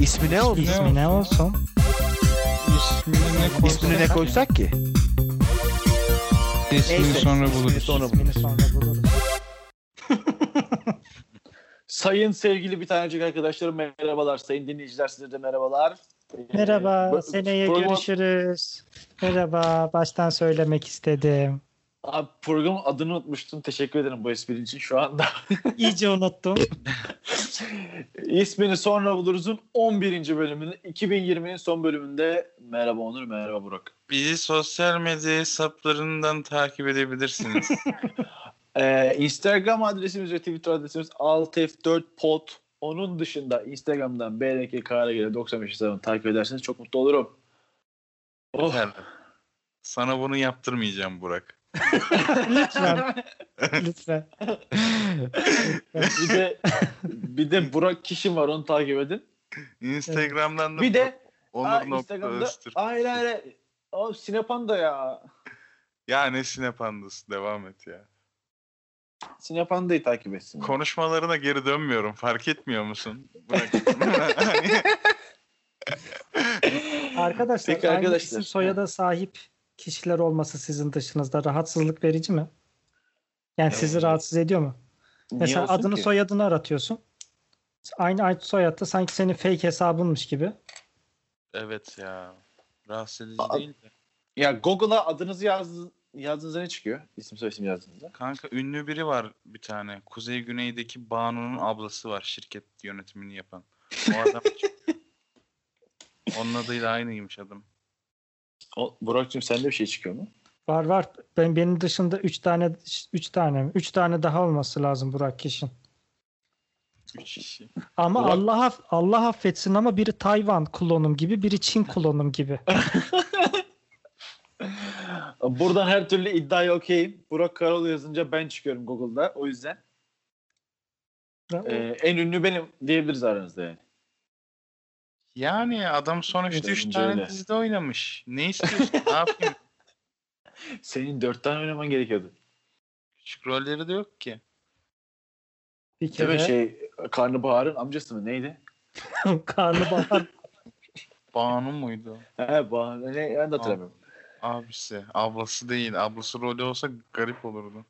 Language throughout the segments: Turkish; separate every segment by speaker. Speaker 1: İsmi ne oldu?
Speaker 2: İsmi ne olsun?
Speaker 3: İsmini ne koysak?
Speaker 1: İsmini ne koysak ki?
Speaker 3: İsmini
Speaker 1: Neyse,
Speaker 3: sonra
Speaker 1: ismini
Speaker 3: buluruz.
Speaker 1: sonra buluruz.
Speaker 2: İsmini sonra buluruz.
Speaker 4: Sayın sevgili bir tanecik arkadaşlarım merhabalar. Sayın dinleyiciler size de merhabalar. Ee,
Speaker 2: Merhaba,
Speaker 4: bu-
Speaker 2: seneye
Speaker 4: program-
Speaker 2: görüşürüz. Merhaba, baştan söylemek istedim.
Speaker 4: Abi programın adını unutmuştum. Teşekkür ederim bu espri için şu anda.
Speaker 2: İyice unuttum.
Speaker 4: İsmini sonra buluruz'un 11. bölümünün 2020'nin son bölümünde merhaba Onur, merhaba Burak.
Speaker 5: Bizi sosyal medya hesaplarından takip edebilirsiniz.
Speaker 4: Ee, Instagram adresimiz ve Twitter adresimiz altf4pod. Onun dışında Instagram'dan bnkkrgl95 hesabını takip ederseniz çok mutlu olurum. Oh.
Speaker 5: Yeter. Sana bunu yaptırmayacağım Burak.
Speaker 2: Lütfen, lütfen.
Speaker 4: bir de bir de Burak Kişim var onu takip edin.
Speaker 5: Instagram'dan da
Speaker 4: Bir de
Speaker 5: Onur
Speaker 4: Aa,
Speaker 5: nokta
Speaker 4: Instagram'da
Speaker 5: Öztürk.
Speaker 4: hayır hayır. O Sinepan da ya.
Speaker 5: Ya ne sinepandası devam et ya.
Speaker 4: Sinepanda'yı takip etsin.
Speaker 5: Konuşmalarına geri dönmüyorum fark etmiyor musun? Burak.
Speaker 2: Arkadaşlar,
Speaker 4: Peki
Speaker 2: aynı
Speaker 4: arkadaşlar.
Speaker 2: isim soyada sahip kişiler olması sizin dışınızda rahatsızlık verici mi? Yani sizi
Speaker 4: Evet.
Speaker 2: rahatsız ediyor mu?
Speaker 4: Ee, Niye
Speaker 2: Mesela
Speaker 4: olsun
Speaker 2: adını
Speaker 4: ki?
Speaker 2: soyadını aratıyorsun. Aynı aynı soyadda sanki senin fake hesabınmış gibi.
Speaker 5: evet ya. Rahatsız edici
Speaker 4: Aa.
Speaker 5: değil de.
Speaker 4: Ya Google'a adınızı yaz, yazdığınızda ne çıkıyor? İsim soyisim yazdığınızda.
Speaker 5: Kanka ünlü biri var bir tane. Kuzey Güney'deki Banu'nun ablası var şirket yönetimini yapan. O adam çıkıyor. Onun adıyla aynıymış adam.
Speaker 4: O, Burak'cığım sende bir şey çıkıyor mu?
Speaker 2: Var var. Ben benim dışında 3 tane 3 tane mi? 3 tane daha olması lazım Burak Kişin.
Speaker 5: Üç
Speaker 4: şey.
Speaker 5: kişi.
Speaker 2: Ama
Speaker 4: Burak-
Speaker 2: Allah aff- Allah affetsin ama biri Tayvan klonum gibi, biri Çin klonum gibi.
Speaker 4: Buradan her türlü iddiaya okeyim. Burak Karol yazınca ben çıkıyorum Google'da. O yüzden e, en ünlü benim diyebiliriz aranızda yani.
Speaker 5: Yani adam sonuçta üç
Speaker 4: Bence
Speaker 5: tane
Speaker 4: öyle.
Speaker 5: dizide oynamış. Ne istiyorsun? ne yapayım?
Speaker 4: Senin dört tane oynaman gerekiyordu.
Speaker 5: Küçük rolleri de yok ki.
Speaker 2: Bir
Speaker 4: Değil mi
Speaker 2: kere
Speaker 4: şey Karnabahar'ın amcası mı neydi? Şey-
Speaker 2: karnabahar
Speaker 5: Banu muydu?
Speaker 4: He Bahar ne ben de hatırlamıyorum.
Speaker 5: Abisi. Ablası değil. Ablası rolü olsa garip olurdu.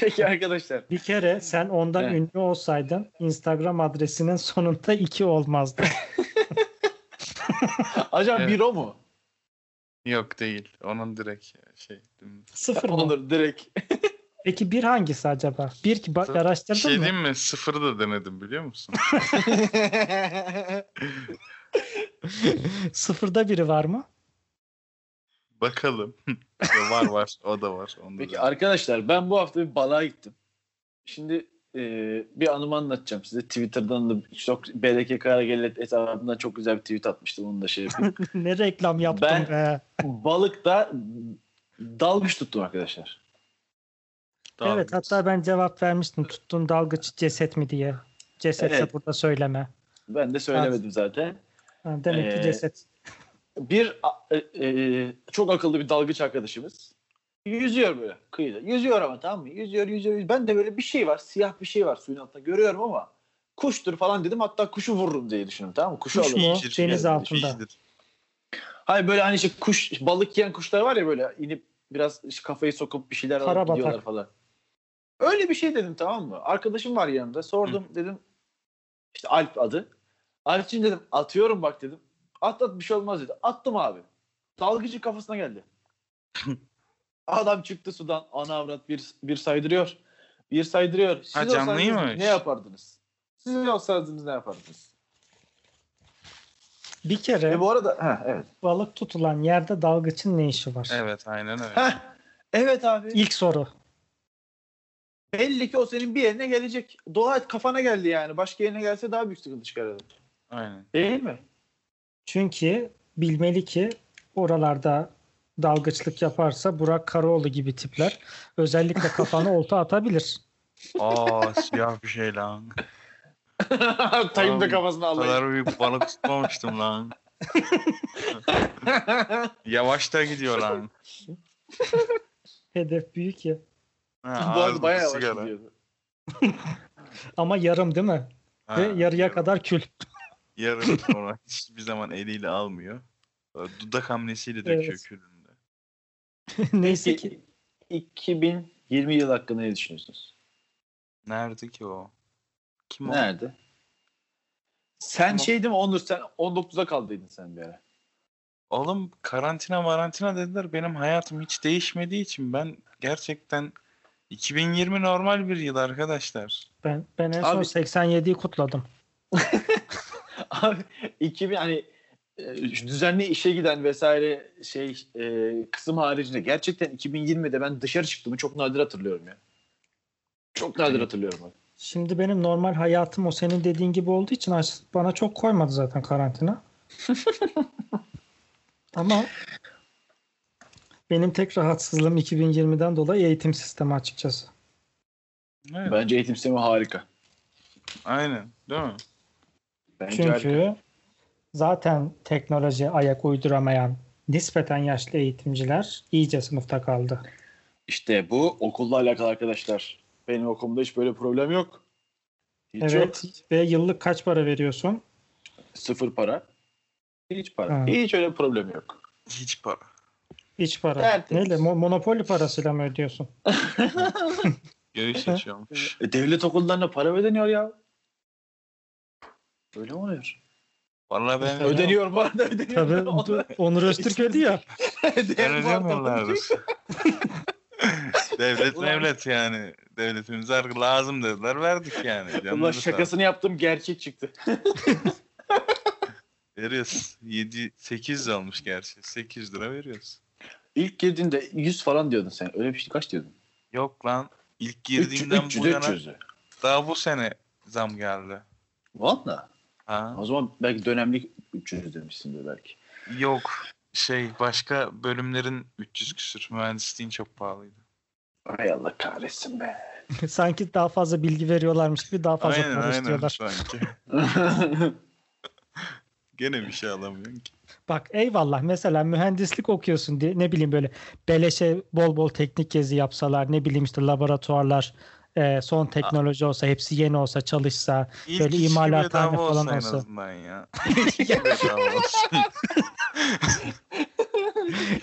Speaker 4: Peki arkadaşlar.
Speaker 2: bir kere sen ondan
Speaker 4: Evet.
Speaker 2: ünlü olsaydın Instagram adresinin sonunda 2 olmazdı.
Speaker 4: Acaba
Speaker 5: Evet.
Speaker 4: bir o mu?
Speaker 5: Yok değil. Onun direkt şey. dümdüz.
Speaker 2: Sıfır mı?
Speaker 4: Olur direkt.
Speaker 2: Peki bir hangisi acaba? Bir ki bak
Speaker 5: Sıfır.
Speaker 2: araştırdın
Speaker 5: Şey
Speaker 2: mı?
Speaker 5: diyeyim mi? Sıfırı da denedim biliyor musun?
Speaker 2: Sıfırda biri var mı?
Speaker 5: Bakalım. Ya var var. O da var. Onda
Speaker 4: Peki
Speaker 5: da-
Speaker 4: arkadaşlar ben bu hafta bir balığa gittim. Şimdi e, bir anımı anlatacağım size. Twitter'dan da çok BDK Karagelet hesabından çok güzel bir tweet atmıştım. Onu da şey yapayım.
Speaker 2: ne reklam yaptım
Speaker 4: Ben-
Speaker 2: be.
Speaker 4: Balıkta dalgıç tuttum arkadaşlar.
Speaker 5: Daha-
Speaker 2: Evet hatta ben cevap vermiştim. Tuttun dalgıç ceset mi diye. Cesetse
Speaker 4: Evet.
Speaker 2: burada söyleme.
Speaker 4: Ben de söylemedim zaten.
Speaker 2: Ha, Demek
Speaker 4: Ee,
Speaker 2: ki ceset.
Speaker 4: Bir a- e, e, çok akıllı bir dalgıç arkadaşımız. Yüzüyor böyle kıyıda. Yüzüyor ama tamam mı? Yüzüyor, yüzüyor, yüzüyor. Ben de böyle bir şey var. Siyah bir şey var suyun altında. Görüyorum ama kuştur falan dedim. Hatta kuşu vururum diye düşündüm tamam mı? Kuşu
Speaker 2: Kuş
Speaker 4: alırım.
Speaker 2: mu?
Speaker 5: Şişir
Speaker 2: Deniz
Speaker 5: yani.
Speaker 2: altında.
Speaker 5: Şişir.
Speaker 4: Hayır böyle hani işte kuş balık yiyen kuşlar var ya böyle inip biraz işte kafayı sokup bir şeyler alıp
Speaker 2: Karabatak.
Speaker 4: gidiyorlar falan. Öyle bir şey dedim tamam mı? Arkadaşım var yanımda. Sordum dedim işte Alp adı. Alp'cim dedim atıyorum bak dedim. At at bir şey olmaz dedi. Attım abi. Dalgıcı kafasına geldi. Adam çıktı sudan ana avrat bir, bir saydırıyor. Bir saydırıyor. Siz
Speaker 5: Ha, canlıyı
Speaker 4: olsaydınız
Speaker 5: mı?
Speaker 4: ne yapardınız? Siz olsaydınız ne yapardınız?
Speaker 2: Bir kere
Speaker 4: E bu arada ha, evet.
Speaker 2: balık tutulan yerde dalgıçın ne işi var?
Speaker 5: Evet aynen öyle.
Speaker 4: Heh, evet abi.
Speaker 2: İlk soru.
Speaker 4: Belli ki o senin bir yerine gelecek. Dua et kafana geldi yani. Başka yerine gelse daha büyük sıkıntı çıkarırdı.
Speaker 5: Aynen.
Speaker 4: Değil mi?
Speaker 2: Çünkü bilmeli ki oralarda dalgıçlık yaparsa Burak Karaoğlu gibi tipler özellikle kafana olta atabilir.
Speaker 5: Aa siyah bir şey lan.
Speaker 4: Tayyip de kafasını
Speaker 5: O
Speaker 4: aldı.
Speaker 5: kadar büyük balık tutmamıştım lan. Yavaş da gidiyor lan.
Speaker 2: Hedef büyük ya.
Speaker 5: Ha,
Speaker 4: Bu arada
Speaker 5: ağzında
Speaker 4: bayağı yavaş
Speaker 5: sigara.
Speaker 4: gidiyordu.
Speaker 2: Ama yarım değil mi?
Speaker 5: Ha,
Speaker 2: Ve yarıya kadar kül.
Speaker 5: Yarım sonra hiçbir zaman eliyle almıyor. Böyle Dudak hamlesiyle döküyor
Speaker 2: Evet.
Speaker 5: külünü de.
Speaker 2: Neyse ki
Speaker 4: 2020 yıl hakkında ne düşünüyorsunuz?
Speaker 5: Nerede ki o? Kim o?
Speaker 4: Nerede? Sen
Speaker 5: Tamam.
Speaker 4: şey değil mi Onur sen 19'a kaldıydın sen bir ara.
Speaker 5: Oğlum karantina marantina dediler. Benim hayatım hiç değişmediği için ben gerçekten 2020 normal bir yıl arkadaşlar.
Speaker 2: ben ben en
Speaker 4: Abi-
Speaker 2: son 87'yi kutladım.
Speaker 4: Abi 2000 hani e, düzenli işe giden vesaire şey e, kısım haricinde gerçekten 2020'de ben dışarı çıktığımı çok nadir hatırlıyorum ya. Çok nadir hatırlıyorum. Abi.
Speaker 2: Şimdi benim normal hayatım o senin dediğin gibi olduğu için aç- bana çok koymadı zaten karantina. Ama benim tek rahatsızlığım 2020'den dolayı eğitim sistemi açıkçası.
Speaker 5: Evet,
Speaker 4: Bence eğitim sistemi harika.
Speaker 5: Aynen değil mi?
Speaker 4: Bence harika.
Speaker 2: Çünkü zaten teknoloji ayak uyduramayan nispeten yaşlı eğitimciler iyice sınıfta kaldı.
Speaker 4: İşte bu okulla alakalı arkadaşlar. Benim okulumda hiç böyle problem yok. Hiç yok.
Speaker 2: evet ve yıllık kaç para veriyorsun?
Speaker 4: Sıfır para. Hiç para.
Speaker 2: Ha.
Speaker 4: Hiç öyle problem yok.
Speaker 5: Hiç para.
Speaker 2: Hiç para.
Speaker 4: Tertemiz.
Speaker 2: Neyle? Mo- monopoli parasıyla mı ödüyorsun?
Speaker 5: Göğüs açıyormuş.
Speaker 4: E, devlet okullarına para ödeniyor ya. Öyle mi oluyor?
Speaker 5: Vallahi ben
Speaker 2: Öyle.
Speaker 4: Ödeniyor bu arada ödeniyor.
Speaker 2: Tabii
Speaker 4: Onu-
Speaker 2: Onur Öztürk ödü ya.
Speaker 5: Ben
Speaker 4: Diğer bu arada-
Speaker 5: ödemiyorlardır. devlet devlet yani. Devletimize artık lazım dediler verdik yani.
Speaker 4: Ulan
Speaker 5: Canları sağ olsun.
Speaker 4: şakasını yaptım gerçek çıktı.
Speaker 5: Veriyoruz. 7 8 olmuş gerçi. 8 lira veriyoruz.
Speaker 4: İlk girdiğinde 100 falan diyordun sen. Öyle bir şey kaç diyordun?
Speaker 5: Yok lan ilk
Speaker 4: Üç-
Speaker 5: girdiğimden
Speaker 4: 300,
Speaker 5: bu yana
Speaker 4: 300'ü.
Speaker 5: daha bu sene zam geldi.
Speaker 4: Valla.
Speaker 5: Ha?
Speaker 4: O zaman belki dönemlik 300 demişsindir belki.
Speaker 5: Yok şey başka bölümlerin 300 küsür mühendisliğin çok pahalıydı.
Speaker 4: Ay Allah kahretsin be.
Speaker 2: Sanki daha fazla bilgi veriyorlarmış gibi daha fazla
Speaker 5: aynen
Speaker 2: para
Speaker 5: aynen
Speaker 2: istiyorlar.
Speaker 5: sanki. Gene bir şey alamıyorsun ki.
Speaker 2: Bak eyvallah mesela mühendislik okuyorsun diye ne bileyim böyle beleşe bol bol teknik gezi yapsalar ne bileyim işte laboratuvarlar e, son teknoloji olsa hepsi yeni olsa çalışsa
Speaker 5: İlk
Speaker 2: Böyle
Speaker 5: işi
Speaker 2: imalathane
Speaker 5: bedava
Speaker 2: falan
Speaker 5: olsa en
Speaker 2: olsa.
Speaker 5: azından ya. İlk bedava olsun.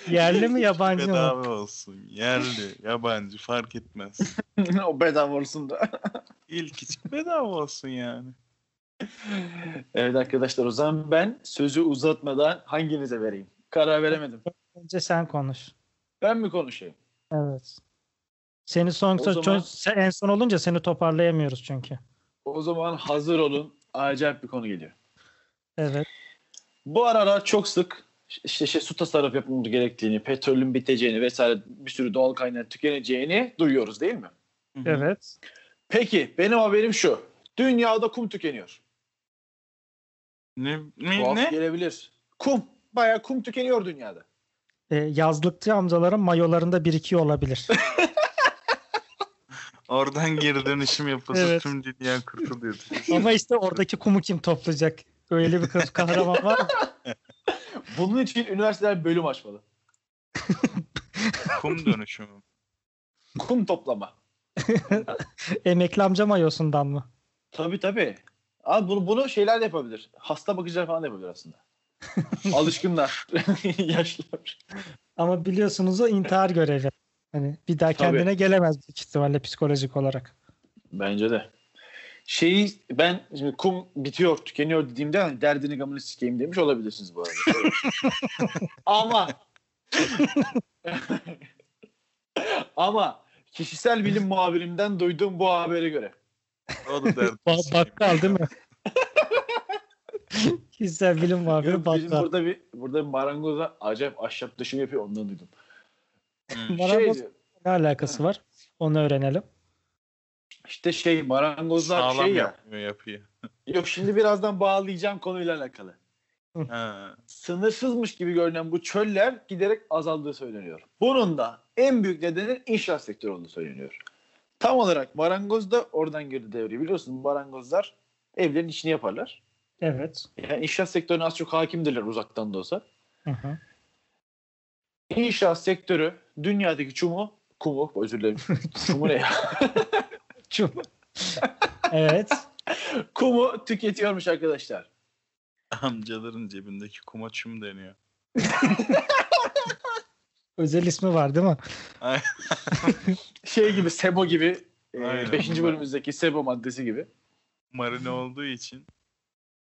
Speaker 2: yerli mi yabancı mı?
Speaker 5: bedava olsun. Yerli, yabancı fark etmez.
Speaker 4: o bedava olsun da.
Speaker 5: İlk küçük bedava olsun yani.
Speaker 4: Evet arkadaşlar o zaman ben sözü uzatmadan hanginize vereyim? Karar veremedim.
Speaker 2: Önce sen konuş.
Speaker 4: Ben mi konuşayım?
Speaker 2: Evet. Seni son
Speaker 4: O zaman-
Speaker 2: sen- en son olunca seni toparlayamıyoruz çünkü.
Speaker 4: O zaman hazır olun. Acayip bir konu geliyor.
Speaker 2: Evet.
Speaker 4: Bu aralar çok sık işte şey, su tasarruf yapılması gerektiğini, petrolün biteceğini vesaire bir sürü doğal kaynağın tükeneceğini duyuyoruz değil mi?
Speaker 5: Hı hı.
Speaker 2: Evet.
Speaker 4: Peki benim haberim şu. Dünyada kum tükeniyor.
Speaker 5: Ne?
Speaker 4: Tuhaf
Speaker 5: ne, ne?
Speaker 4: gelebilir. Kum. Bayağı kum tükeniyor dünyada.
Speaker 2: E, yazlıkçı amcaların mayolarında birikiyor olabilir.
Speaker 5: Oradan geri dönüşüm yapılsa
Speaker 2: Evet.
Speaker 5: tüm dünya kurtuluyordu.
Speaker 2: Ama işte oradaki kumu kim toplayacak? Öyle bir kız kahraman var mı?
Speaker 4: Bunun için üniversiteler bölüm açmalı.
Speaker 5: Kum dönüşümü.
Speaker 4: Kum toplama.
Speaker 2: Emekli amca mayosundan mı?
Speaker 4: Tabii tabii. Abi bunu, bunu şeyler de yapabilir. Hasta bakıcılar falan da yapabilir aslında. Alışkınlar. Yaşlılar.
Speaker 2: Ama biliyorsunuz o intihar görevi. Hani bir daha
Speaker 4: Tabii.
Speaker 2: kendine gelemez büyük ihtimalle psikolojik olarak.
Speaker 4: Bence de. Şeyi ben şimdi kum bitiyor, tükeniyor dediğimde hani derdini gamını sikeyim demiş olabilirsiniz bu arada. Ama ama kişisel bilim muhabirimden duyduğum bu habere göre
Speaker 5: O da derdi.
Speaker 2: Ba- bakkal değil mi? Kişisel bilim muhabiri
Speaker 4: Yok, bizim
Speaker 2: bakkal.
Speaker 4: burada bir burada bir marangoza acayip ahşap döşüm yapıyor ondan duydum.
Speaker 5: Hı.
Speaker 4: Şey
Speaker 2: Marangoz
Speaker 4: diyor,
Speaker 2: ne alakası var? Onu öğrenelim.
Speaker 4: işte şey marangozlar
Speaker 5: Sağlam
Speaker 4: şey ya.
Speaker 5: yapmıyor yapıyı.
Speaker 4: Yok şimdi birazdan bağlayacağım konuyla alakalı.
Speaker 5: Ha.
Speaker 4: sınırsızmış gibi görünen bu çöller giderek azaldığı söyleniyor. Bunun da en büyük nedeni inşaat sektörü olduğu söyleniyor. Tam olarak marangoz da oradan girdi devreye. Biliyorsun marangozlar evlerin içini yaparlar.
Speaker 2: Evet.
Speaker 4: Yani inşaat sektörüne az çok hakimdirler uzaktan da olsa.
Speaker 2: Hı hı.
Speaker 4: İnşaat sektörü dünyadaki çumu, kumu özür dilerim. kumu ne ya?
Speaker 2: Çok- evet.
Speaker 4: Kumu tüketiyormuş arkadaşlar.
Speaker 5: Amcaların cebindeki kumaçım deniyor.
Speaker 2: Özel ismi var değil mi?
Speaker 4: Şey gibi Sebo gibi.
Speaker 5: Aynen.
Speaker 4: 5. bölümümüzdeki Sebo maddesi gibi.
Speaker 5: Marine olduğu için.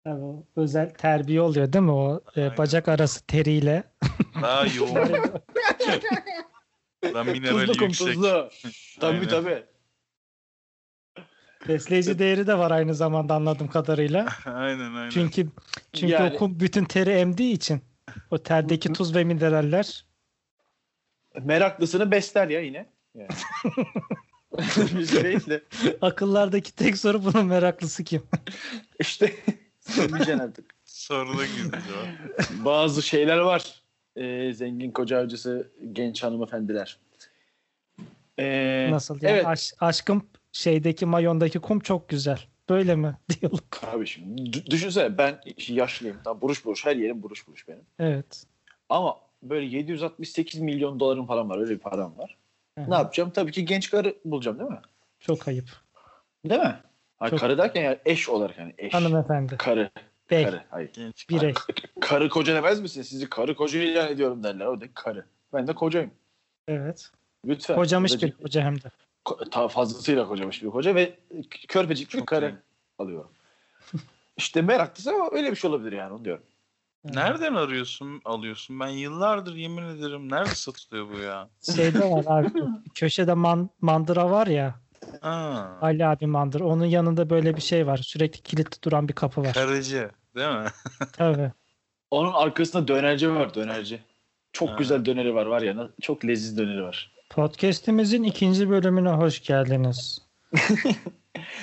Speaker 2: Tabii o özel terbiye oluyor değil mi? O e,
Speaker 5: Aynen.
Speaker 2: bacak arası teriyle.
Speaker 5: Daha yoğun. Daha
Speaker 4: Tuzlu
Speaker 5: minerali
Speaker 4: kum
Speaker 5: yüksek.
Speaker 4: tuzlu. Tabii
Speaker 5: Aynen.
Speaker 4: tabii.
Speaker 2: Besleyici değeri de var aynı zamanda anladığım kadarıyla.
Speaker 5: aynen aynen.
Speaker 2: Çünkü çünkü
Speaker 4: Yani-
Speaker 2: o kum bütün teri emdiği için o terdeki tuz ve mineraller
Speaker 4: Meraklısını besler ya yine. Yani. Biz değil de.
Speaker 2: akıllardaki tek soru bunun meraklısı kim?
Speaker 4: İşte söyleyeceksin artık.
Speaker 5: Soruna girdi o.
Speaker 4: Bazı şeyler var. Ee, zengin koca avcısı genç hanımefendiler. Ee,
Speaker 2: Nasıl yani
Speaker 4: Evet.
Speaker 2: Aş- aşkım şeydeki mayondaki kum çok güzel. Böyle mi diyorlar.
Speaker 4: Abi şimdi dü- düşünsene ben yaşlıyım. Tam buruş buruş her yerim buruş buruş benim.
Speaker 2: Evet.
Speaker 4: Ama böyle 768 milyon dolarım falan var. Öyle bir param var.
Speaker 2: Hı hı.
Speaker 4: Ne yapacağım? Tabii ki genç karı bulacağım değil mi?
Speaker 2: Çok ayıp.
Speaker 4: Değil mi? Ha,
Speaker 2: Çok-
Speaker 4: Karı derken yani eş olarak yani eş.
Speaker 2: Hanımefendi.
Speaker 4: Karı.
Speaker 2: Bey.
Speaker 4: Karı. Hayır.
Speaker 5: Genç.
Speaker 2: Birey.
Speaker 4: Karı koca demez misin? Sizi karı koca ilan ediyorum derler. O da karı. Ben de kocayım.
Speaker 2: Evet.
Speaker 4: Lütfen.
Speaker 2: Kocamış bir
Speaker 4: Kocacık-
Speaker 2: koca hem de.
Speaker 4: ko- ta fazlasıyla kocamış bir koca ve k- körpecik bir
Speaker 5: Çok
Speaker 4: karı
Speaker 5: iyi.
Speaker 4: alıyorum. İşte meraklısı ama öyle bir şey olabilir yani onu diyorum.
Speaker 5: Nereden arıyorsun, alıyorsun? Ben yıllardır yemin ederim nerede satılıyor bu ya?
Speaker 2: Şeyde var abi. Köşede man, mandıra var ya.
Speaker 5: Ha.
Speaker 2: Ali abi mandır. Onun yanında böyle bir şey var. Sürekli kilitli duran bir kapı var.
Speaker 5: Karıcı, değil mi?
Speaker 2: Tabii.
Speaker 4: Onun arkasında dönerci var dönerci. Çok
Speaker 5: Ha.
Speaker 4: güzel döneri var var ya. na- Çok leziz döneri var.
Speaker 2: Podcast'imizin ikinci bölümüne hoş geldiniz.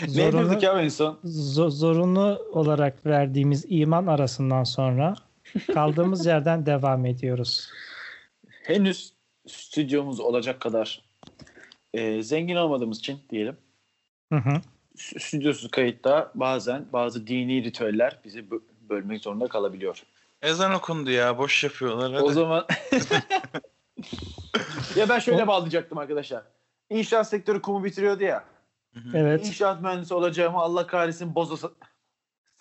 Speaker 4: Ne
Speaker 2: zorunlu,
Speaker 4: dedik ya en son?
Speaker 2: zo- zorunlu olarak verdiğimiz iman arasından sonra kaldığımız yerden devam ediyoruz.
Speaker 4: Henüz stüdyomuz olacak kadar e, zengin olmadığımız için diyelim.
Speaker 2: Hı hı.
Speaker 4: stü- Stüdyosuz kayıtta bazen bazı dini ritüeller bizi bö- bölmek zorunda kalabiliyor.
Speaker 5: Ezan okundu ya, boş yapıyorlar. Hadi.
Speaker 4: O zaman ya ben şöyle bağlayacaktım arkadaşlar. İnşaat sektörü kumu bitiriyordu ya.
Speaker 2: Evet.
Speaker 4: İnşaat mühendisi olacağımı Allah kahretsin boza sa-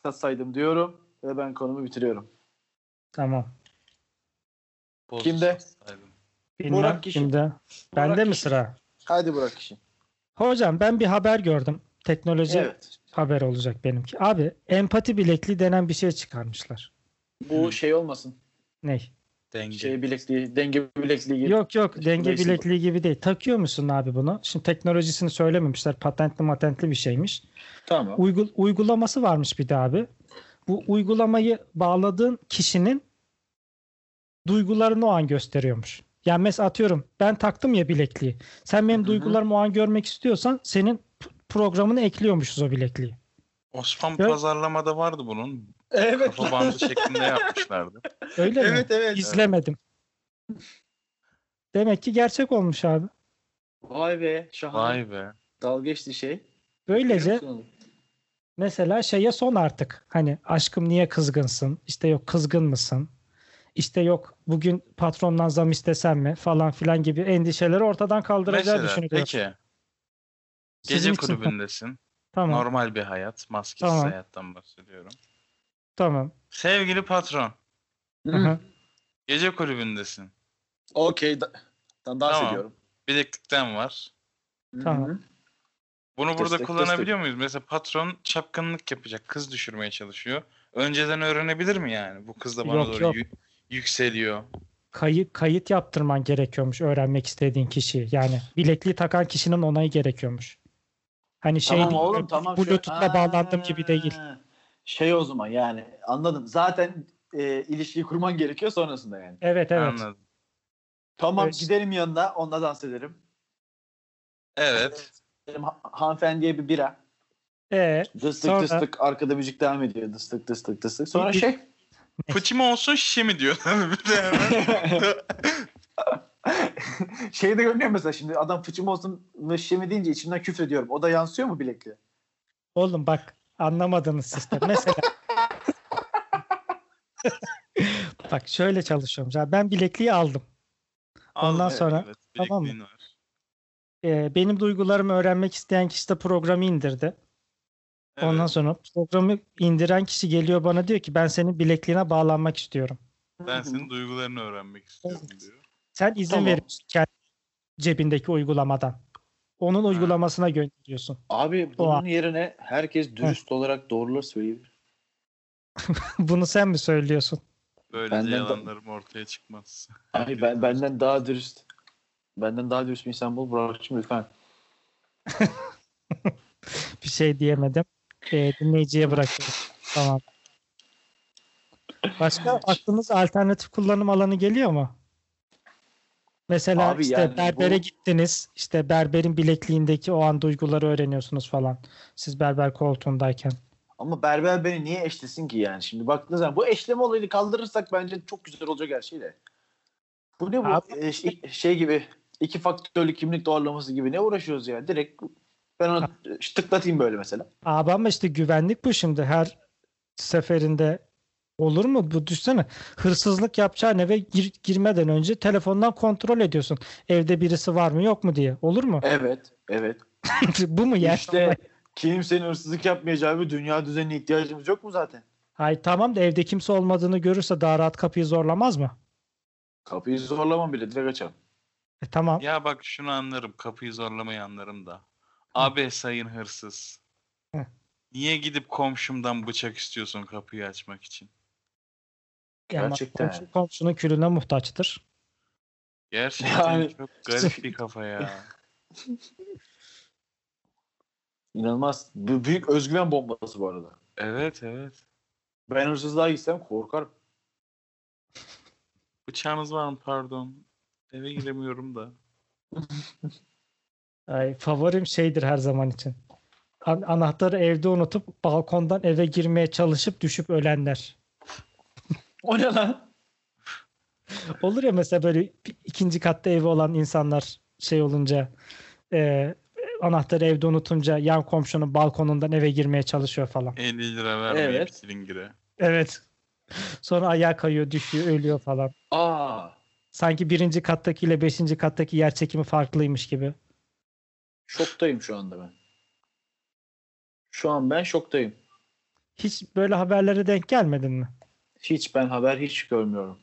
Speaker 4: satsaydım diyorum ve ben konumu bitiriyorum.
Speaker 2: Tamam.
Speaker 5: Boz
Speaker 4: Kimde?
Speaker 5: satsaydım.
Speaker 2: Bilmem
Speaker 4: Burak kişi.
Speaker 2: şimdi. Bende
Speaker 4: Burak
Speaker 2: mi
Speaker 4: kişi.
Speaker 2: sıra?
Speaker 4: Hadi bırak işi.
Speaker 2: Hocam ben bir haber gördüm. Teknoloji
Speaker 4: Evet.
Speaker 2: haber olacak benimki. Abi empati bilekliği denen bir şey çıkarmışlar.
Speaker 4: Bu şey olmasın.
Speaker 2: Ney?
Speaker 5: Denge.
Speaker 4: Şey bilekliği, denge bilekliği gibi.
Speaker 2: Yok yok denge
Speaker 4: Neyse.
Speaker 2: bilekliği gibi değil. Takıyor musun abi bunu? Şimdi teknolojisini söylememişler. Patentli matentli bir şeymiş.
Speaker 4: Tamam.
Speaker 2: Uygul uygulaması varmış bir de abi. Bu uygulamayı bağladığın kişinin duygularını o an gösteriyormuş. Yani mesela atıyorum ben taktım ya bilekliği. Sen benim
Speaker 4: Hı hı.
Speaker 2: duygularımı o an görmek istiyorsan senin p- programını ekliyormuşuz o bilekliği.
Speaker 5: Osman
Speaker 2: Ya-
Speaker 5: pazarlamada vardı bunun.
Speaker 4: Evet.
Speaker 5: Kafa bandı şeklinde yapmışlardı.
Speaker 2: Öyle mi?
Speaker 4: evet evet.
Speaker 2: İzlemedim. Demek ki gerçek olmuş abi.
Speaker 4: Vay be şahane.
Speaker 5: Vay be.
Speaker 4: Dalga geçti şey.
Speaker 2: Böylece
Speaker 4: Biliyor musun onu?
Speaker 2: Mesela şeye son artık. Hani aşkım niye kızgınsın? İşte yok kızgın mısın? İşte yok bugün patrondan zam istesem mi? Falan filan gibi endişeleri ortadan kaldıracağı
Speaker 5: Mesela
Speaker 2: düşünülüyor.
Speaker 5: peki
Speaker 2: Sizin
Speaker 5: gece
Speaker 2: için-
Speaker 5: kulübündesin.
Speaker 2: Tamam
Speaker 5: Normal bir hayat. Maskesiz
Speaker 2: Tamam.
Speaker 5: hayattan bahsediyorum.
Speaker 2: tamam.
Speaker 5: Sevgili patron.
Speaker 2: Hı hı.
Speaker 5: Gece kulübündesin.
Speaker 4: Okey. Da- dans
Speaker 5: Tamam.
Speaker 4: ediyorum.
Speaker 5: Bileklikten var.
Speaker 2: Tamam.
Speaker 4: Hı hı.
Speaker 5: Bunu burada
Speaker 4: Destek,
Speaker 5: kullanabiliyor
Speaker 4: destek.
Speaker 5: muyuz? Mesela patron çapkınlık yapacak. Kız düşürmeye çalışıyor. Önceden öğrenebilir mi yani? Bu kız da bana
Speaker 2: Yok,
Speaker 5: doğru
Speaker 2: yok.
Speaker 5: yü- yükseliyor.
Speaker 2: Kayıt, kayıt yaptırman gerekiyormuş öğrenmek istediğin kişiyi. Yani bilekliği takan kişinin onayı gerekiyormuş. Hani şey
Speaker 4: tamam
Speaker 2: değil,
Speaker 4: oğlum tamam. şey- şu-
Speaker 2: Bluetooth'la
Speaker 4: Aa,
Speaker 2: bağlandığım gibi değil.
Speaker 4: Şey o zaman yani anladım. Zaten e, ilişkiyi kurman gerekiyor sonrasında yani.
Speaker 2: Evet evet.
Speaker 5: Anladım.
Speaker 4: Tamam
Speaker 2: Evet.
Speaker 4: gidelim yanına onunla dans edelim.
Speaker 5: Evet.
Speaker 4: Dedim, ha- hanımefendiye bir bira.
Speaker 2: Ee,
Speaker 4: Dıstık
Speaker 2: Sonra-
Speaker 4: dıstık arkada müzik devam ediyor. Dıstık dıstık dıstık. Sonra
Speaker 2: Bir-
Speaker 4: şey.
Speaker 5: Fıçı mı olsun şişe mi diyor. bir de hemen.
Speaker 4: Şeyi şey de görünüyor mesela şimdi adam fıçım olsun meşemi deyince içimden küfür ediyorum. O da yansıyor mu bilekli?
Speaker 2: Oğlum bak anlamadınız sistem. Mesela bak şöyle çalışıyormuş. abi. Ben bilekliği aldım.
Speaker 5: Al,
Speaker 2: Ondan sonra-
Speaker 5: evet,
Speaker 2: Tamam mı?
Speaker 5: bilekliğin var.
Speaker 2: Ee, benim duygularımı öğrenmek isteyen kişi de programı indirdi. Ondan sonra programı indiren kişi geliyor bana diyor ki ben senin bilekliğine bağlanmak istiyorum.
Speaker 5: Ben senin duygularını öğrenmek istiyorum diyor.
Speaker 2: Sen izin
Speaker 4: Tamam.
Speaker 2: veriyorsun kendi cebindeki uygulamadan. Onun uygulamasına gönderiyorsun.
Speaker 4: Abi bunun yerine herkes dürüst olarak doğruları söyleyebilir.
Speaker 2: Bunu sen mi söylüyorsun?
Speaker 5: Böylece
Speaker 4: Benden de-
Speaker 5: yalanlarım ortaya çıkmaz.
Speaker 4: Abi Hani ben, benden daha dürüst. Benden daha dürüst bir insan bul Burak'cığım lütfen.
Speaker 2: Bir şey diyemedim. Ee, dinleyiciye bırakıyorum. Tamam. Başka aklınız alternatif kullanım alanı geliyor mu? Mesela
Speaker 4: Abi
Speaker 2: işte
Speaker 4: yani
Speaker 2: berbere
Speaker 4: bu-
Speaker 2: gittiniz. işte berberin bilekliğindeki o an duyguları öğreniyorsunuz falan. Siz berber koltuğundayken.
Speaker 4: Ama berber beni niye eşlesin ki yani? Şimdi baktığınız zaman bu eşleme olayını kaldırırsak bence çok güzel olacak her şeyle. Bu ne bu?
Speaker 2: Abi-
Speaker 4: E, şey, şey gibi iki faktörlü kimlik doğrulaması gibi ne uğraşıyoruz yani? Direkt ben onu tıklatayım böyle mesela.
Speaker 2: Abi ama işte güvenlik bu şimdi. Her seferinde olur mu? Bu düşsene. Hırsızlık yapacağın eve gir- girmeden önce telefondan kontrol ediyorsun. Evde birisi var mı yok mu diye. Olur mu?
Speaker 4: Evet, evet.
Speaker 2: bu mu ya?
Speaker 4: İşte kimsenin hırsızlık yapmayacağı bir dünya düzenine ihtiyacımız yok mu zaten?
Speaker 2: Hayır tamam da evde kimse olmadığını görürse daha rahat kapıyı zorlamaz mı?
Speaker 4: Kapıyı zorlamam bile direkt açalım.
Speaker 2: E, tamam.
Speaker 5: Ya bak şunu anlarım. Kapıyı zorlamayı anlarım da. Abi sayın hırsız.
Speaker 2: Hı.
Speaker 5: Niye gidip komşumdan bıçak istiyorsun kapıyı açmak için?
Speaker 2: Ama
Speaker 4: gerçekten.
Speaker 2: komşu komşunun külüne muhtaçtır.
Speaker 5: Gerçekten
Speaker 4: Yani-
Speaker 5: çok garip bir kafa ya.
Speaker 4: İnanılmaz. Bu büyük özgüven bombası bu arada.
Speaker 5: Evet evet.
Speaker 4: Ben hırsızlığa gitsem korkarım.
Speaker 5: Bıçağınız var mı pardon? Eve giremiyorum da.
Speaker 2: Ay, favorim şeydir her zaman için. An- anahtarı evde unutup balkondan eve girmeye çalışıp düşüp ölenler.
Speaker 4: O ne lan?
Speaker 2: Olur ya mesela böyle bir- ikinci katta evi olan insanlar şey olunca e, anahtarı evde unutunca yan komşunun balkonundan eve girmeye çalışıyor falan.
Speaker 5: 50 lira vermeyip
Speaker 4: Evet.
Speaker 5: silingire.
Speaker 2: Evet. Sonra ayağa kayıyor, düşüyor, ölüyor falan.
Speaker 4: Aa.
Speaker 2: Sanki birinci kattaki ile beşinci kattaki yer çekimi farklıymış gibi.
Speaker 4: Şoktayım şu anda ben. Şu an ben şoktayım.
Speaker 2: Hiç böyle haberlere denk gelmedin mi?
Speaker 4: Hiç ben haber hiç görmüyorum.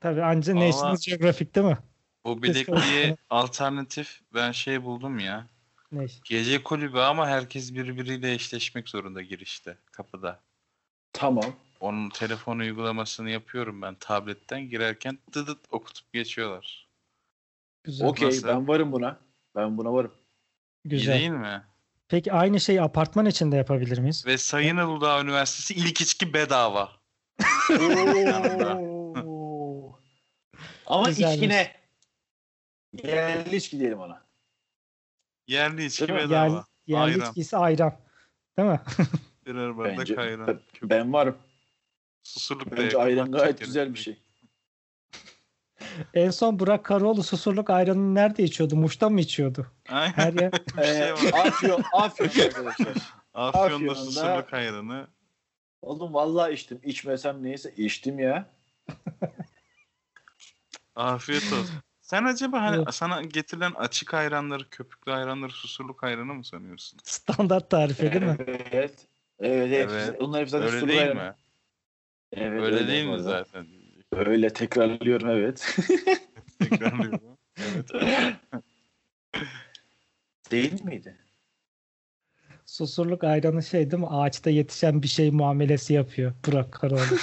Speaker 2: Tabii anca
Speaker 5: Valla-
Speaker 2: National Geographic değil mi? Biz-
Speaker 5: Bu bilekliğe alternatif ben şey buldum ya.
Speaker 2: Ne?
Speaker 5: Gece kulübü ama herkes birbiriyle eşleşmek zorunda girişte kapıda.
Speaker 4: Tamam.
Speaker 5: Onun telefon uygulamasını yapıyorum ben tabletten girerken dıdıt okutup geçiyorlar.
Speaker 2: Güzel.
Speaker 4: Okey
Speaker 5: Nasıl?
Speaker 4: ben varım buna. Ben buna varım.
Speaker 2: Güzel.
Speaker 5: İyi değil mi?
Speaker 2: Peki aynı şeyi apartman içinde yapabilir miyiz?
Speaker 5: Ve Sayın Uludağ Üniversitesi ilk içki bedava.
Speaker 4: Oo. Ama
Speaker 2: Güzelmiş.
Speaker 4: içki ne? Yerli içki diyelim ona.
Speaker 5: Yerli içki
Speaker 4: Değil mi?
Speaker 5: bedava.
Speaker 2: Yerli, yerli
Speaker 5: Ayran.
Speaker 2: içkisi ayran. Değil mi?
Speaker 5: Birer bardak
Speaker 4: Bence
Speaker 5: ayran.
Speaker 4: ben, ben varım.
Speaker 5: Susurluk da
Speaker 4: Bence
Speaker 5: yakın,
Speaker 4: ayran
Speaker 5: bak
Speaker 4: gayet
Speaker 5: şekeri.
Speaker 4: güzel bir şey.
Speaker 2: En son Burak Karoğlu susurluk ayranını nerede içiyordu? Muş'ta mı içiyordu?
Speaker 5: Aynen.
Speaker 2: Her yer.
Speaker 5: Bir şey
Speaker 4: Ee,
Speaker 5: var.
Speaker 4: Afyon, Afyon arkadaşlar.
Speaker 5: Afyon'da
Speaker 4: Afyon'da-
Speaker 5: susurluk ayranı.
Speaker 4: Oğlum vallahi içtim. İçmesem neyse içtim ya.
Speaker 5: Afiyet olsun. Sen acaba hani
Speaker 2: Evet.
Speaker 5: sana getirilen açık ayranları, köpüklü ayranları, susurluk ayranı mı sanıyorsun?
Speaker 2: Standart tarife değil mi?
Speaker 4: Evet. Evet, evet.
Speaker 5: Evet.
Speaker 4: Onlar hep zaten
Speaker 5: Öyle
Speaker 4: sulu
Speaker 5: değil
Speaker 4: ayran.
Speaker 5: mi?
Speaker 4: Evet,
Speaker 5: Öyle değil
Speaker 4: bu
Speaker 5: mi
Speaker 4: arada.
Speaker 5: zaten?
Speaker 4: Öyle tekrarlıyorum evet.
Speaker 5: Tekrarlıyorum. Evet.
Speaker 4: Değil miydi?
Speaker 2: Susurluk ayranı şey değil mi? Ağaçta yetişen bir şey muamelesi yapıyor Burak Karoğlu.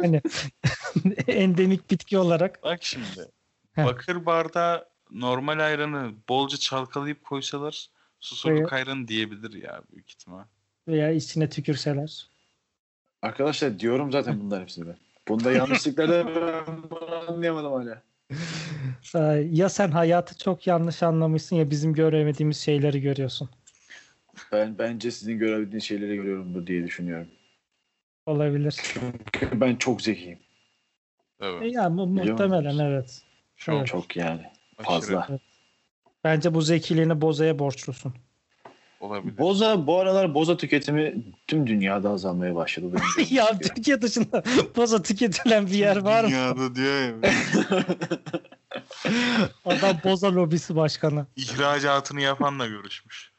Speaker 2: hani endemik bitki olarak
Speaker 5: Bak şimdi.
Speaker 2: Heh.
Speaker 5: Bakır bardağa normal ayranı bolca çalkalayıp koysalar susurluk
Speaker 2: Evet.
Speaker 5: ayranı diyebilir ya büyük ihtimal.
Speaker 2: veya içine tükürseler.
Speaker 4: Arkadaşlar diyorum zaten bunlar hepsini ben. Bunda yanlışlıklar da ben bunu anlayamadım hala.
Speaker 2: Ee, Ya sen hayatı çok yanlış anlamışsın ya bizim göremediğimiz şeyleri görüyorsun.
Speaker 4: Ben bence sizin görebildiğiniz şeyleri görüyorum bu diye düşünüyorum.
Speaker 2: Olabilir.
Speaker 4: Çünkü ben çok zekiyim.
Speaker 2: E
Speaker 5: Evet.
Speaker 2: Yani mu-
Speaker 4: Biliyor
Speaker 2: muhtemelen
Speaker 4: musunuz?
Speaker 2: evet.
Speaker 5: Çok
Speaker 2: Evet.
Speaker 4: Çok yani.
Speaker 5: aşırı
Speaker 4: Fazla.
Speaker 2: Bence bu zekiliğini Boza'ya borçlusun.
Speaker 5: olabilir.
Speaker 4: Boza bu aralar boza tüketimi tüm dünyada azalmaya başladı. benim
Speaker 2: ya Türkiye dışında Boza tüketilen bir yer var mı?
Speaker 5: Dünyada diyor ya.
Speaker 2: Adam Boza lobisi başkanı.
Speaker 5: İhracatını yapanla görüşmüş.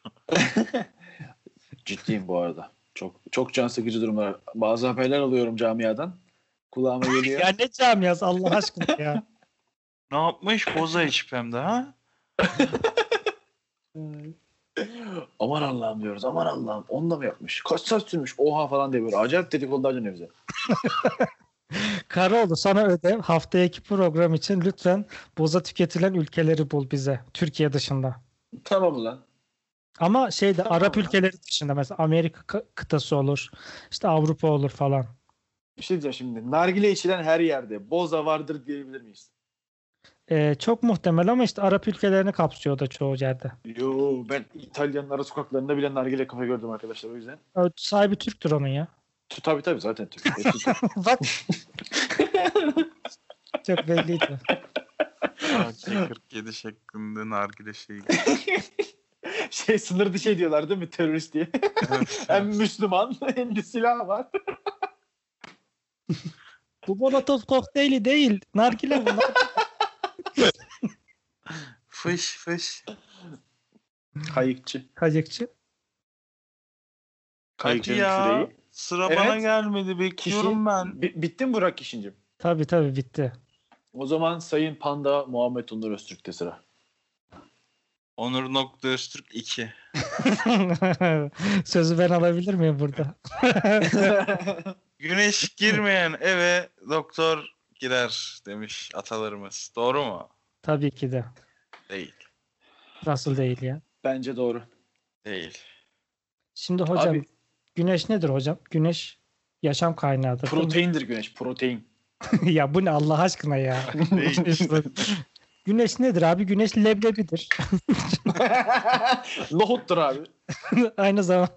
Speaker 4: Ciddiyim bu arada. Çok çok can sıkıcı durumlar. Bazı haberler alıyorum camiadan. Kulağıma geliyor.
Speaker 2: Ya ne camiası Allah aşkına ya.
Speaker 5: Ne yapmış? Koza içip hem de ha?
Speaker 4: aman Allah'ım diyoruz. Aman Allah'ım. Onunla mı yapmış? Kaç saat sürmüş? Oha falan diye böyle. Acayip dedikodular dönüyor bize.
Speaker 2: Karaoğlu sana ödev haftaki program için lütfen boza tüketilen ülkeleri bul bize. Türkiye dışında.
Speaker 4: Tamam ulan.
Speaker 2: Ama şeyde Arap ülkeleri dışında mesela Amerika kı- kıtası olur. İşte Avrupa olur falan.
Speaker 4: Bir şey diyeceğim şimdi. Nargile içilen her yerde boza vardır diyebilir miyiz?
Speaker 2: Ee, çok muhtemel ama işte Arap ülkelerini kapsıyor da çoğu yerde.
Speaker 4: Yo ben İtalyanlara sokaklarında bile nargile kafe gördüm arkadaşlar o yüzden.
Speaker 2: Ö, Sahibi Türktür onun ya.
Speaker 4: Tabii tabii zaten Türk. Hepsi Türk.
Speaker 2: Bak. çok belliydi.
Speaker 5: AK-47 şeklinde nargile şey.
Speaker 4: şey sınır dışı ediyorlar değil mi terörist diye. hem Müslüman hem de silah var.
Speaker 2: Bu Molotov kokteyli değil. Nargile bunlar.
Speaker 5: fış fış.
Speaker 4: Kayıkçı.
Speaker 2: Kayıkçı.
Speaker 5: Hadi
Speaker 4: Kayıkçının
Speaker 5: ya.
Speaker 4: küreği.
Speaker 5: Sıra
Speaker 4: Evet.
Speaker 5: bana gelmedi. Bekliyorum
Speaker 4: Kişi-
Speaker 5: ben.
Speaker 4: Bi- bitti mi Burak Kişincim?
Speaker 2: Tabii tabii bitti.
Speaker 4: O zaman Sayın Panda Muhammed Onur Öztürk'te sıra.
Speaker 5: Onur nokta Öztürk 2.
Speaker 2: Sözü ben alabilir miyim burada?
Speaker 5: Güneş girmeyen eve doktor girer demiş atalarımız. Doğru mu?
Speaker 2: Tabii ki de.
Speaker 5: Değil.
Speaker 2: Nasıl değil ya?
Speaker 4: Bence doğru.
Speaker 5: Değil.
Speaker 2: Şimdi hocam
Speaker 4: Abi-
Speaker 2: güneş nedir hocam? Güneş yaşam kaynağıdır. değil mi?
Speaker 4: Proteindir güneş protein.
Speaker 2: ya bu ne Allah aşkına ya.
Speaker 5: Değil.
Speaker 2: güneş nedir abi? Güneş leblebidir.
Speaker 4: Nohuttur abi.
Speaker 2: Aynı zaman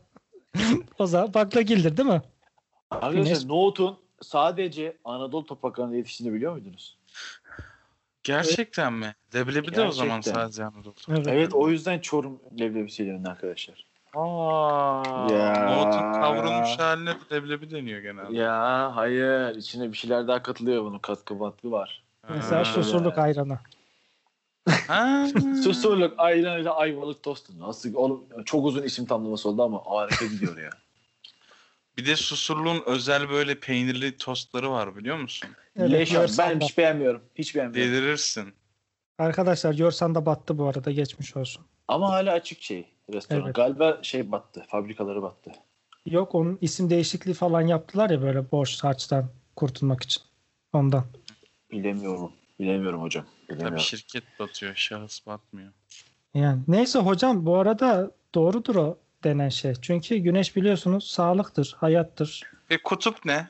Speaker 2: o zaman baklagildir değil mi?
Speaker 4: Arkadaşlar
Speaker 2: Güneş-
Speaker 4: nohutun sadece Anadolu topraklarında yetiştiğini biliyor muydunuz?
Speaker 5: Gerçekten mi? Leblebi de o zaman
Speaker 4: Gerçekten.
Speaker 5: sadece Anadolu.
Speaker 2: Evet.
Speaker 4: Evet o yüzden Çorum leblebisiyle ünlü arkadaşlar.
Speaker 5: Aa,
Speaker 4: Ya.
Speaker 5: Nohutun kavrulmuş haline leblebi deniyor genelde.
Speaker 4: Ya hayır içine bir şeyler daha katılıyor bunun katkı batkı var.
Speaker 2: Mesela
Speaker 5: Ha.
Speaker 2: susurluk ayranı.
Speaker 5: Ha.
Speaker 4: Susurluk ayranıyla ayvalık tostu. Nasıl oğlum çok uzun isim tamlaması oldu ama harika gidiyor ya.
Speaker 5: Bir de susurluğun özel böyle peynirli tostları var biliyor musun?
Speaker 2: Evet,
Speaker 4: Leş abi, ben
Speaker 2: Yorsan'da.
Speaker 4: hiç beğenmiyorum. Hiç beğenmiyorum.
Speaker 5: Delirirsin.
Speaker 2: Arkadaşlar Yorsan'da battı bu arada geçmiş olsun.
Speaker 4: Ama hala açık şey restoran.
Speaker 2: Evet.
Speaker 4: Galiba şey battı. Fabrikaları battı.
Speaker 2: Yok onun isim değişikliği falan yaptılar ya böyle borç harçtan kurtulmak için. Ondan.
Speaker 4: Bilemiyorum. Bilemiyorum hocam.
Speaker 5: Tabii şey-
Speaker 4: Bilemiyorum.
Speaker 5: şirket batıyor, şahıs batmıyor.
Speaker 2: Yani neyse hocam bu arada doğrudur o denen şey. Çünkü güneş biliyorsunuz sağlıktır, hayattır.
Speaker 5: Ve E, kutup ne?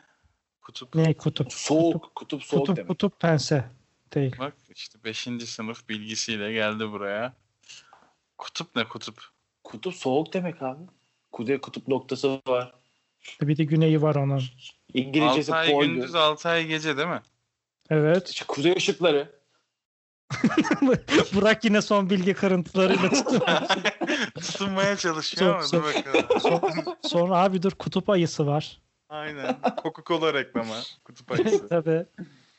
Speaker 5: Kutup
Speaker 2: Ne kutup?
Speaker 4: Soğuk. Kutup soğuk
Speaker 2: kutup,
Speaker 4: demek.
Speaker 2: kutup pense değil.
Speaker 5: bak işte 5. sınıf bilgisiyle geldi buraya. Kutup ne kutup?
Speaker 4: Kutup soğuk demek abi. Kuzey kutup noktası var.
Speaker 2: Bir de güneyi var onun.
Speaker 4: İngilizcesi
Speaker 5: 6 ay
Speaker 4: Pol.
Speaker 5: gündüz 6 ay gece değil mi?
Speaker 2: Evet.
Speaker 4: İşte Kuzey ışıkları.
Speaker 2: Burak yine son bilgi kırıntılarıyla çıktı.
Speaker 5: Tutunmaya çalışıyor ama dur
Speaker 2: Çok-
Speaker 5: bakalım.
Speaker 2: Son- sonra abi dur kutup ayısı var.
Speaker 5: Aynen. Coca-Cola reklamı. Kutup ayısı.
Speaker 2: Tabii.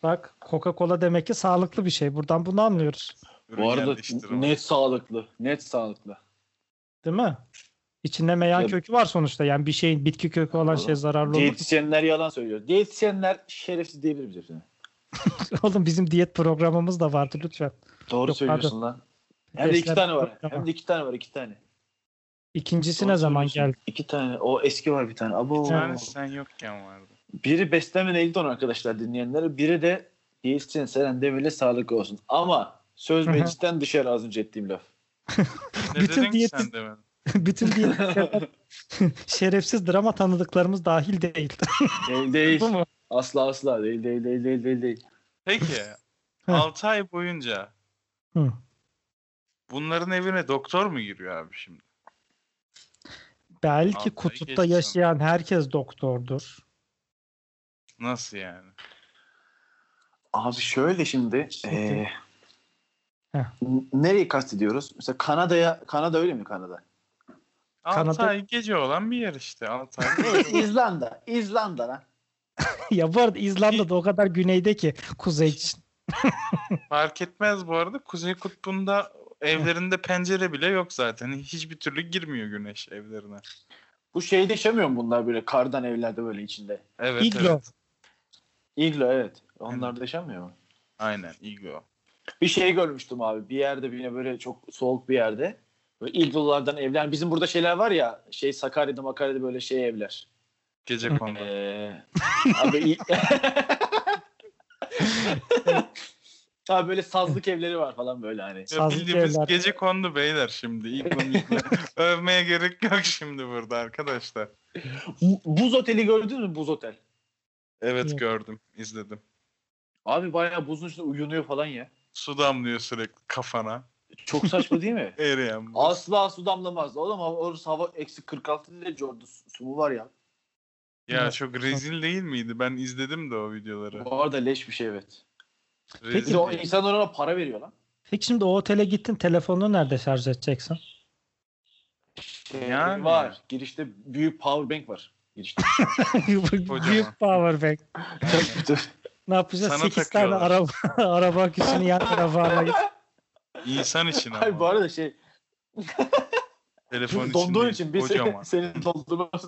Speaker 2: Bak Coca-Cola demek ki sağlıklı bir şey. Buradan bunu anlıyoruz.
Speaker 5: Ürün
Speaker 4: Bu arada
Speaker 5: yerleştirme.
Speaker 4: net sağlıklı. Net sağlıklı.
Speaker 2: Değil mi? İçinde meyan
Speaker 4: Ya-
Speaker 2: kökü var sonuçta. Yani bir şeyin bitki kökü olan şey zararlı olur.
Speaker 4: Diyetisyenler yalan söylüyor. Diyetisyenler şerefsiz diyebilir bize.
Speaker 2: Oğlum bizim diyet programımız da vardı lütfen.
Speaker 4: Doğru
Speaker 2: Yok,
Speaker 4: söylüyorsun lan. Hem de iki
Speaker 2: Beşler-
Speaker 4: tane var.
Speaker 2: Tamam.
Speaker 4: Hem de iki tane var. iki tane.
Speaker 2: İkincisi
Speaker 4: Doğru
Speaker 2: ne zaman
Speaker 4: söylüyorsun.
Speaker 2: geldi?
Speaker 4: İki tane. O eski var bir tane. Abo.
Speaker 2: Bir
Speaker 5: Bir
Speaker 2: tane
Speaker 5: tanesi sen yokken vardı.
Speaker 4: Biri beslenme neydi onu arkadaşlar dinleyenlere. Biri de diyetisyen Seren Demir'le sağlık olsun. Ama söz
Speaker 2: Hı hı.
Speaker 4: meclisten dışarı az önce ettiğim laf.
Speaker 5: Ne
Speaker 2: Bütün
Speaker 5: dedin ki
Speaker 2: diyeti-
Speaker 5: sen demin?
Speaker 2: Bütün diyetisyenler şerefsiz drama tanıdıklarımız dahil değil.
Speaker 4: Değil değil.
Speaker 2: Bu mu?
Speaker 4: asla asla. Değil değil değil değil değil. değil.
Speaker 5: Peki 6 ay boyunca
Speaker 2: Hı.
Speaker 5: bunların evine doktor mu giriyor abi şimdi?
Speaker 2: Belki
Speaker 5: Altay'ı
Speaker 2: kutupta
Speaker 5: geçtim.
Speaker 2: yaşayan herkes doktordur.
Speaker 5: Nasıl yani?
Speaker 4: Abi şöyle şimdi. eee,
Speaker 2: Heh.
Speaker 4: n- nereyi kastediyoruz? Mesela Kanada'ya. Kanada öyle mi Kanada?
Speaker 5: 6
Speaker 2: Kanada-
Speaker 5: ay gece olan bir yer işte. 6 ay.
Speaker 4: İzlanda. İzlanda lan.
Speaker 2: ya bu arada İzlanda'da o kadar güneyde ki kuzey için.
Speaker 5: Fark etmez bu arada. Kuzey Kutbu'nda evlerinde pencere bile yok zaten. Hiçbir türlü girmiyor güneş evlerine.
Speaker 4: Bu şeyde yaşamıyor mu bunlar böyle kardan evlerde böyle içinde?
Speaker 5: Evet
Speaker 2: İglo.
Speaker 5: evet.
Speaker 4: İglo evet. Onlar da yaşamıyor mu?
Speaker 5: Aynen iglo.
Speaker 4: Bir şey görmüştüm abi. Bir yerde yine böyle çok soğuk bir yerde. Böyle iglolardan evler. Bizim burada şeyler var ya. Şey Sakarya'da Makarya'da böyle şey evler.
Speaker 5: Gece kondu.
Speaker 4: Ee, abi iyi- Abi böyle sazlık evleri var falan böyle hani.
Speaker 5: Ya
Speaker 2: Sazlık
Speaker 5: bildiğimiz
Speaker 2: evler.
Speaker 5: gece kondu beyler şimdi. İglo miglo. Övmeye gerek yok şimdi burada arkadaşlar.
Speaker 4: Bu- Buz oteli gördünüz mü buz otel?
Speaker 5: Evet
Speaker 2: Yok.
Speaker 5: gördüm, izledim.
Speaker 4: Abi bayağı buzun üstünde uyunuyor falan ya.
Speaker 5: Su damlıyor sürekli kafana.
Speaker 4: Çok saçma değil mi?
Speaker 5: Eriyen bu.
Speaker 4: Asla su damlamaz. Oğlum hava- orası hava eksi 46 derece orada su, su mu var ya.
Speaker 5: Ya çok rezil değil miydi? Ben izledim de o videoları.
Speaker 4: Bu arada leş bir şey evet. Bir
Speaker 5: Rezil
Speaker 4: de o
Speaker 5: değil.
Speaker 4: insan ona para veriyor lan.
Speaker 2: Peki şimdi o otele gittin telefonunu nerede şarj edeceksin?
Speaker 4: Şey
Speaker 5: Yani.
Speaker 4: Var. Girişte büyük power bank var. Girişte.
Speaker 2: Büyük power bank. Ne yapacağız?
Speaker 5: Sana
Speaker 2: 8 tane araba,
Speaker 5: takıyorlar.
Speaker 2: araba aküsünü yan tarafa alayım.
Speaker 5: İnsan için ama.
Speaker 4: Ay bu arada şey
Speaker 5: Telefon için
Speaker 4: donduğun
Speaker 5: değil,
Speaker 4: için bir şey-
Speaker 5: kocaman.
Speaker 4: seni, seni dondurması.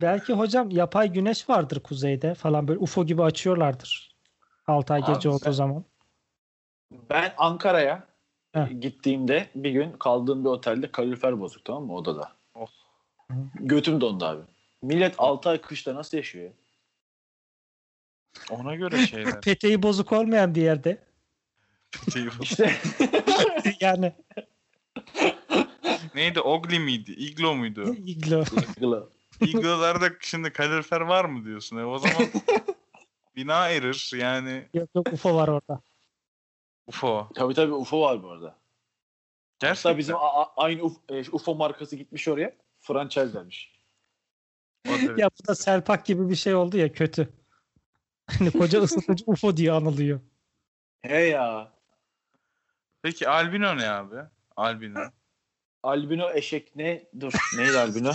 Speaker 2: Belki hocam yapay güneş vardır kuzeyde falan böyle UFO gibi açıyorlardır. 6 ay
Speaker 4: Abi
Speaker 2: gece olduğu
Speaker 4: sen-
Speaker 2: zaman.
Speaker 4: Ben Ankara'ya e,
Speaker 2: Heh.
Speaker 4: gittiğimde bir gün kaldığım bir otelde kalorifer bozuk tamam mı odada.
Speaker 5: Of.
Speaker 4: Götüm dondu abi. Millet 6 ay kışta nasıl yaşıyor ya?
Speaker 5: Ona göre şeyler.
Speaker 2: Peteği bozuk olmayan bir yerde.
Speaker 4: Şey
Speaker 5: Peteği bozuk.
Speaker 4: İşte
Speaker 2: yani
Speaker 5: Neydi? Ogli miydi? Iglo muydu?
Speaker 2: iglo.
Speaker 5: Iglolarda şimdi kalorifer var mı diyorsun? E, o zaman bina erir yani
Speaker 2: Yok yok UFO var orada.
Speaker 5: UFO.
Speaker 4: tabii tabii UFO var bu arada.
Speaker 5: Gerçekten
Speaker 4: Hatta bizim a- a- aynı Uf- e, UFO markası gitmiş oraya. Franchise vermiş.
Speaker 5: o derece.
Speaker 2: Ya bu da Serpak gibi bir şey oldu ya kötü. Hani koca ısıtıcı UFO diye anılıyor.
Speaker 4: He ya.
Speaker 5: Peki albino ne abi? Albino.
Speaker 4: Albino eşek ne? Dur. Neydi albino?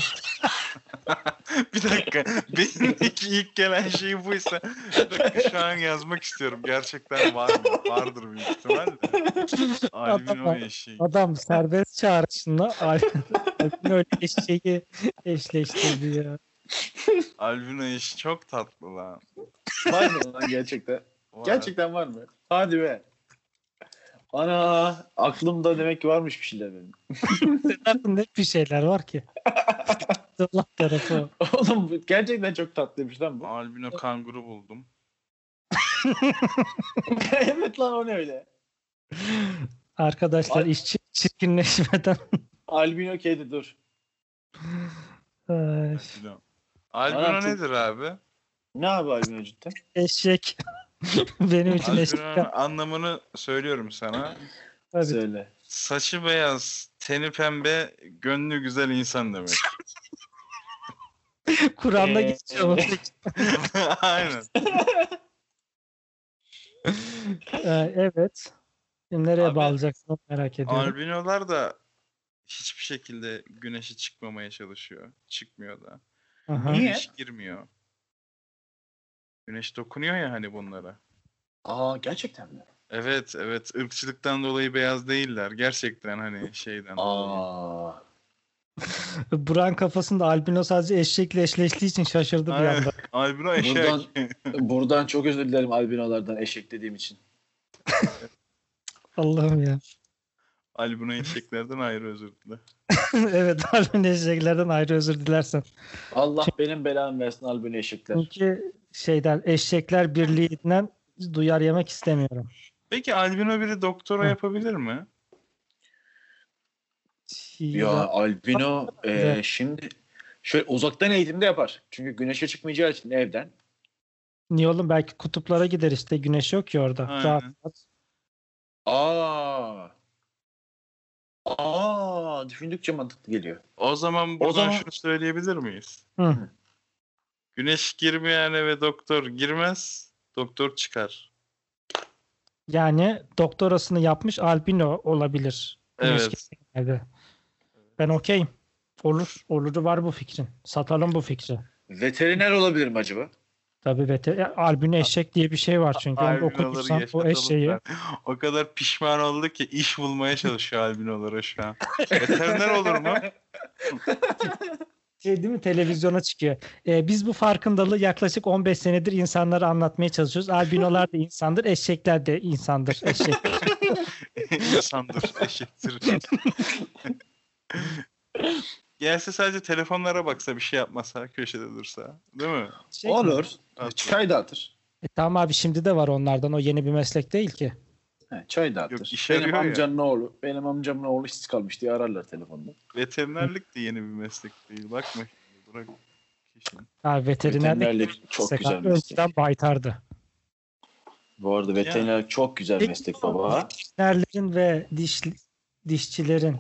Speaker 5: bir dakika. Benim ilk, ilk gelen şey buysa bir dakika, şu an yazmak istiyorum. Gerçekten var mı? Vardır büyük ihtimalle. Albino
Speaker 2: Adam-
Speaker 5: eşeği.
Speaker 2: Adam serbest çağrışınla öyle eşeği eşleştirdi ya.
Speaker 5: Albino eşi çok tatlı lan.
Speaker 4: var mı lan gerçekten?
Speaker 5: Vay.
Speaker 4: Gerçekten var mı? Hadi be. Ana aklımda demek ki varmış bir şeyler benim.
Speaker 2: Senin aklında hep bir şeyler var ki. Allah tarafı. o.
Speaker 4: Oğlum bu gerçekten çok tatlıymış lan bu.
Speaker 5: Albino kanguru buldum.
Speaker 4: evet lan o ne öyle?
Speaker 2: Arkadaşlar
Speaker 4: Ay-
Speaker 2: işçi çirkinleşmeden
Speaker 4: Albino kedi dur.
Speaker 2: Ay,
Speaker 5: Albino. Albino
Speaker 4: Anam çok-
Speaker 5: nedir abi?
Speaker 4: Ne abi albino cidden?
Speaker 2: eşek. Benim için eşek.
Speaker 5: Albino'nun anlamını söylüyorum sana.
Speaker 2: Tabii.
Speaker 4: Söyle.
Speaker 5: Saçı beyaz, teni pembe, gönlü güzel insan demek.
Speaker 2: Kur'an'da
Speaker 4: Ee,
Speaker 2: geçiyor.
Speaker 5: Aynen.
Speaker 2: Ee, evet. Şimdi nereye
Speaker 5: Abi-
Speaker 2: bağlayacaksın merak ediyorum.
Speaker 5: Albinolar da hiçbir şekilde güneşe çıkmamaya çalışıyor. Çıkmıyor da.
Speaker 2: Aha.
Speaker 4: Niye?
Speaker 5: Güneş girmiyor. Güneş dokunuyor ya hani bunlara.
Speaker 4: Aa gerçekten mi?
Speaker 5: Evet evet ırkçılıktan dolayı beyaz değiller. Gerçekten hani şeyden. dolayı.
Speaker 4: Aa.
Speaker 2: Buran kafasında albino sadece eşekle eşleştiği için şaşırdı bir
Speaker 5: Aynen.
Speaker 2: anda.
Speaker 5: Albino eşek.
Speaker 4: Buradan- Buradan çok özür dilerim albinolardan eşek dediğim için.
Speaker 2: Allah'ım ya.
Speaker 5: Albino eşeklerden ayrı özür dile.
Speaker 2: evet albino eşeklerden ayrı özür dilersen.
Speaker 4: Allah benim belamı versin albino eşekler.
Speaker 2: Çünkü şeyden eşekler birliğinden duyar yemek istemiyorum.
Speaker 5: Peki albino biri doktora
Speaker 2: Hı.
Speaker 5: yapabilir mi?
Speaker 4: Ya albino e,
Speaker 2: Evet.
Speaker 4: şimdi şöyle uzaktan eğitimde yapar. Çünkü güneşe çıkmayacağı için evden.
Speaker 2: Niye oğlum belki kutuplara gider işte güneş yok ya orada.
Speaker 5: Aynen.
Speaker 2: Rahat rahat.
Speaker 4: Aa. Aa düşündükçe mantıklı geliyor.
Speaker 5: O zaman buradan
Speaker 4: zaman-
Speaker 5: şunu söyleyebilir miyiz?
Speaker 2: Hı.
Speaker 5: Güneş girmeyen eve doktor girmez, doktor çıkar.
Speaker 2: Yani doktorasını yapmış albino olabilir. Güneş
Speaker 5: Evet.
Speaker 2: genelde. Ben okeyim. Olur. Oluru var bu fikrin. Satalım bu fikri.
Speaker 4: Veteriner olabilir mi acaba?
Speaker 2: Tabii veter e, albino eşek diye bir şey var çünkü. Onu okutursan
Speaker 5: Albinoları
Speaker 2: o eşeği.
Speaker 5: yaşatalım. O kadar pişman oldu ki iş bulmaya çalışıyor albinolara şu an. Veteriner olur mu?
Speaker 2: şey değil mi televizyona çıkıyor. Ee, biz bu farkındalığı yaklaşık 15 senedir insanlara anlatmaya çalışıyoruz. Albinolar da insandır, eşekler de insandır. Eşek.
Speaker 5: İnsandır, eşittir. Gelse sadece telefonlara baksa bir şey yapmasa, köşede dursa. Değil mi?
Speaker 2: Şey-
Speaker 4: Olur.
Speaker 5: Atıyor.
Speaker 4: Çay dağıtır.
Speaker 2: E, tamam abi şimdi de var onlardan. O yeni bir meslek değil ki.
Speaker 4: He, çay dağıtır.
Speaker 5: Yok, işe
Speaker 4: benim
Speaker 5: yarıyor ya.
Speaker 4: amcanın oğlu, benim amcamın oğlu işsiz kalmış diye ararlar telefonda.
Speaker 5: Veterinerlik de yeni bir meslek değil. Bakma. şimdi, Bırak. Kişinin.
Speaker 2: Abi veterinerlik
Speaker 4: Veterinerlik çok
Speaker 2: meslek
Speaker 4: güzel
Speaker 2: abi.
Speaker 4: meslek.
Speaker 2: Önceden baytardı.
Speaker 4: Bu arada veterinerlik çok güzel
Speaker 2: Peki,
Speaker 4: meslek baba.
Speaker 2: Veterinerlerin ve diş, dişçilerin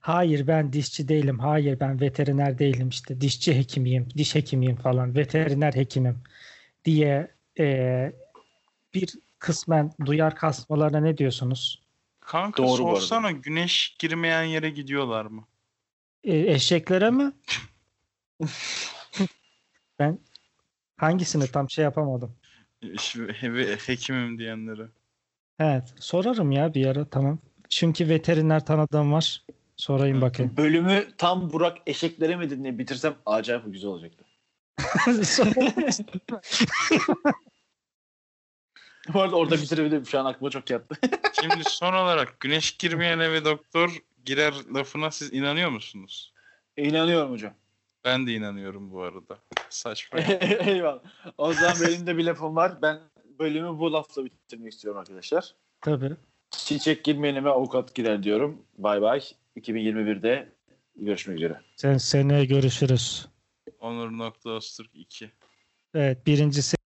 Speaker 2: hayır ben dişçi değilim, hayır ben veteriner değilim işte dişçi hekimiyim, diş hekimiyim falan, veteriner hekimim diye e, bir kısmen duyar kasmalarına ne diyorsunuz?
Speaker 5: Kanka
Speaker 4: Doğru bu arada.
Speaker 5: sorsana güneş girmeyen yere gidiyorlar mı?
Speaker 2: E, eşeklere mi? ben hangisini tam şey yapamadım.
Speaker 5: E, Şimdi he- hekimim diyenlere.
Speaker 2: Evet sorarım ya bir ara tamam. Çünkü veteriner tanıdığım var. Sorayım bakayım.
Speaker 4: Bölümü tam Burak eşeklere mi dediğini bitirsem acayip güzel olacaktı. Bu arada orada bitirebilirim. Şu an aklıma çok yattı.
Speaker 5: Şimdi son olarak güneş girmeyen eve doktor girer lafına siz inanıyor musunuz?
Speaker 4: İnanıyorum hocam.
Speaker 5: Ben de inanıyorum bu arada. Saçma.
Speaker 4: Eyvallah. O zaman benim de bir lafım var. Ben bölümü bu lafla bitirmek istiyorum arkadaşlar.
Speaker 2: Tabii.
Speaker 4: Çiçek girmeyenime avukat girer diyorum. Bay bay. 2021'de görüşmek üzere.
Speaker 2: Sen seneye görüşürüz.
Speaker 5: Onur.Öztürk 2.
Speaker 2: Evet birincisi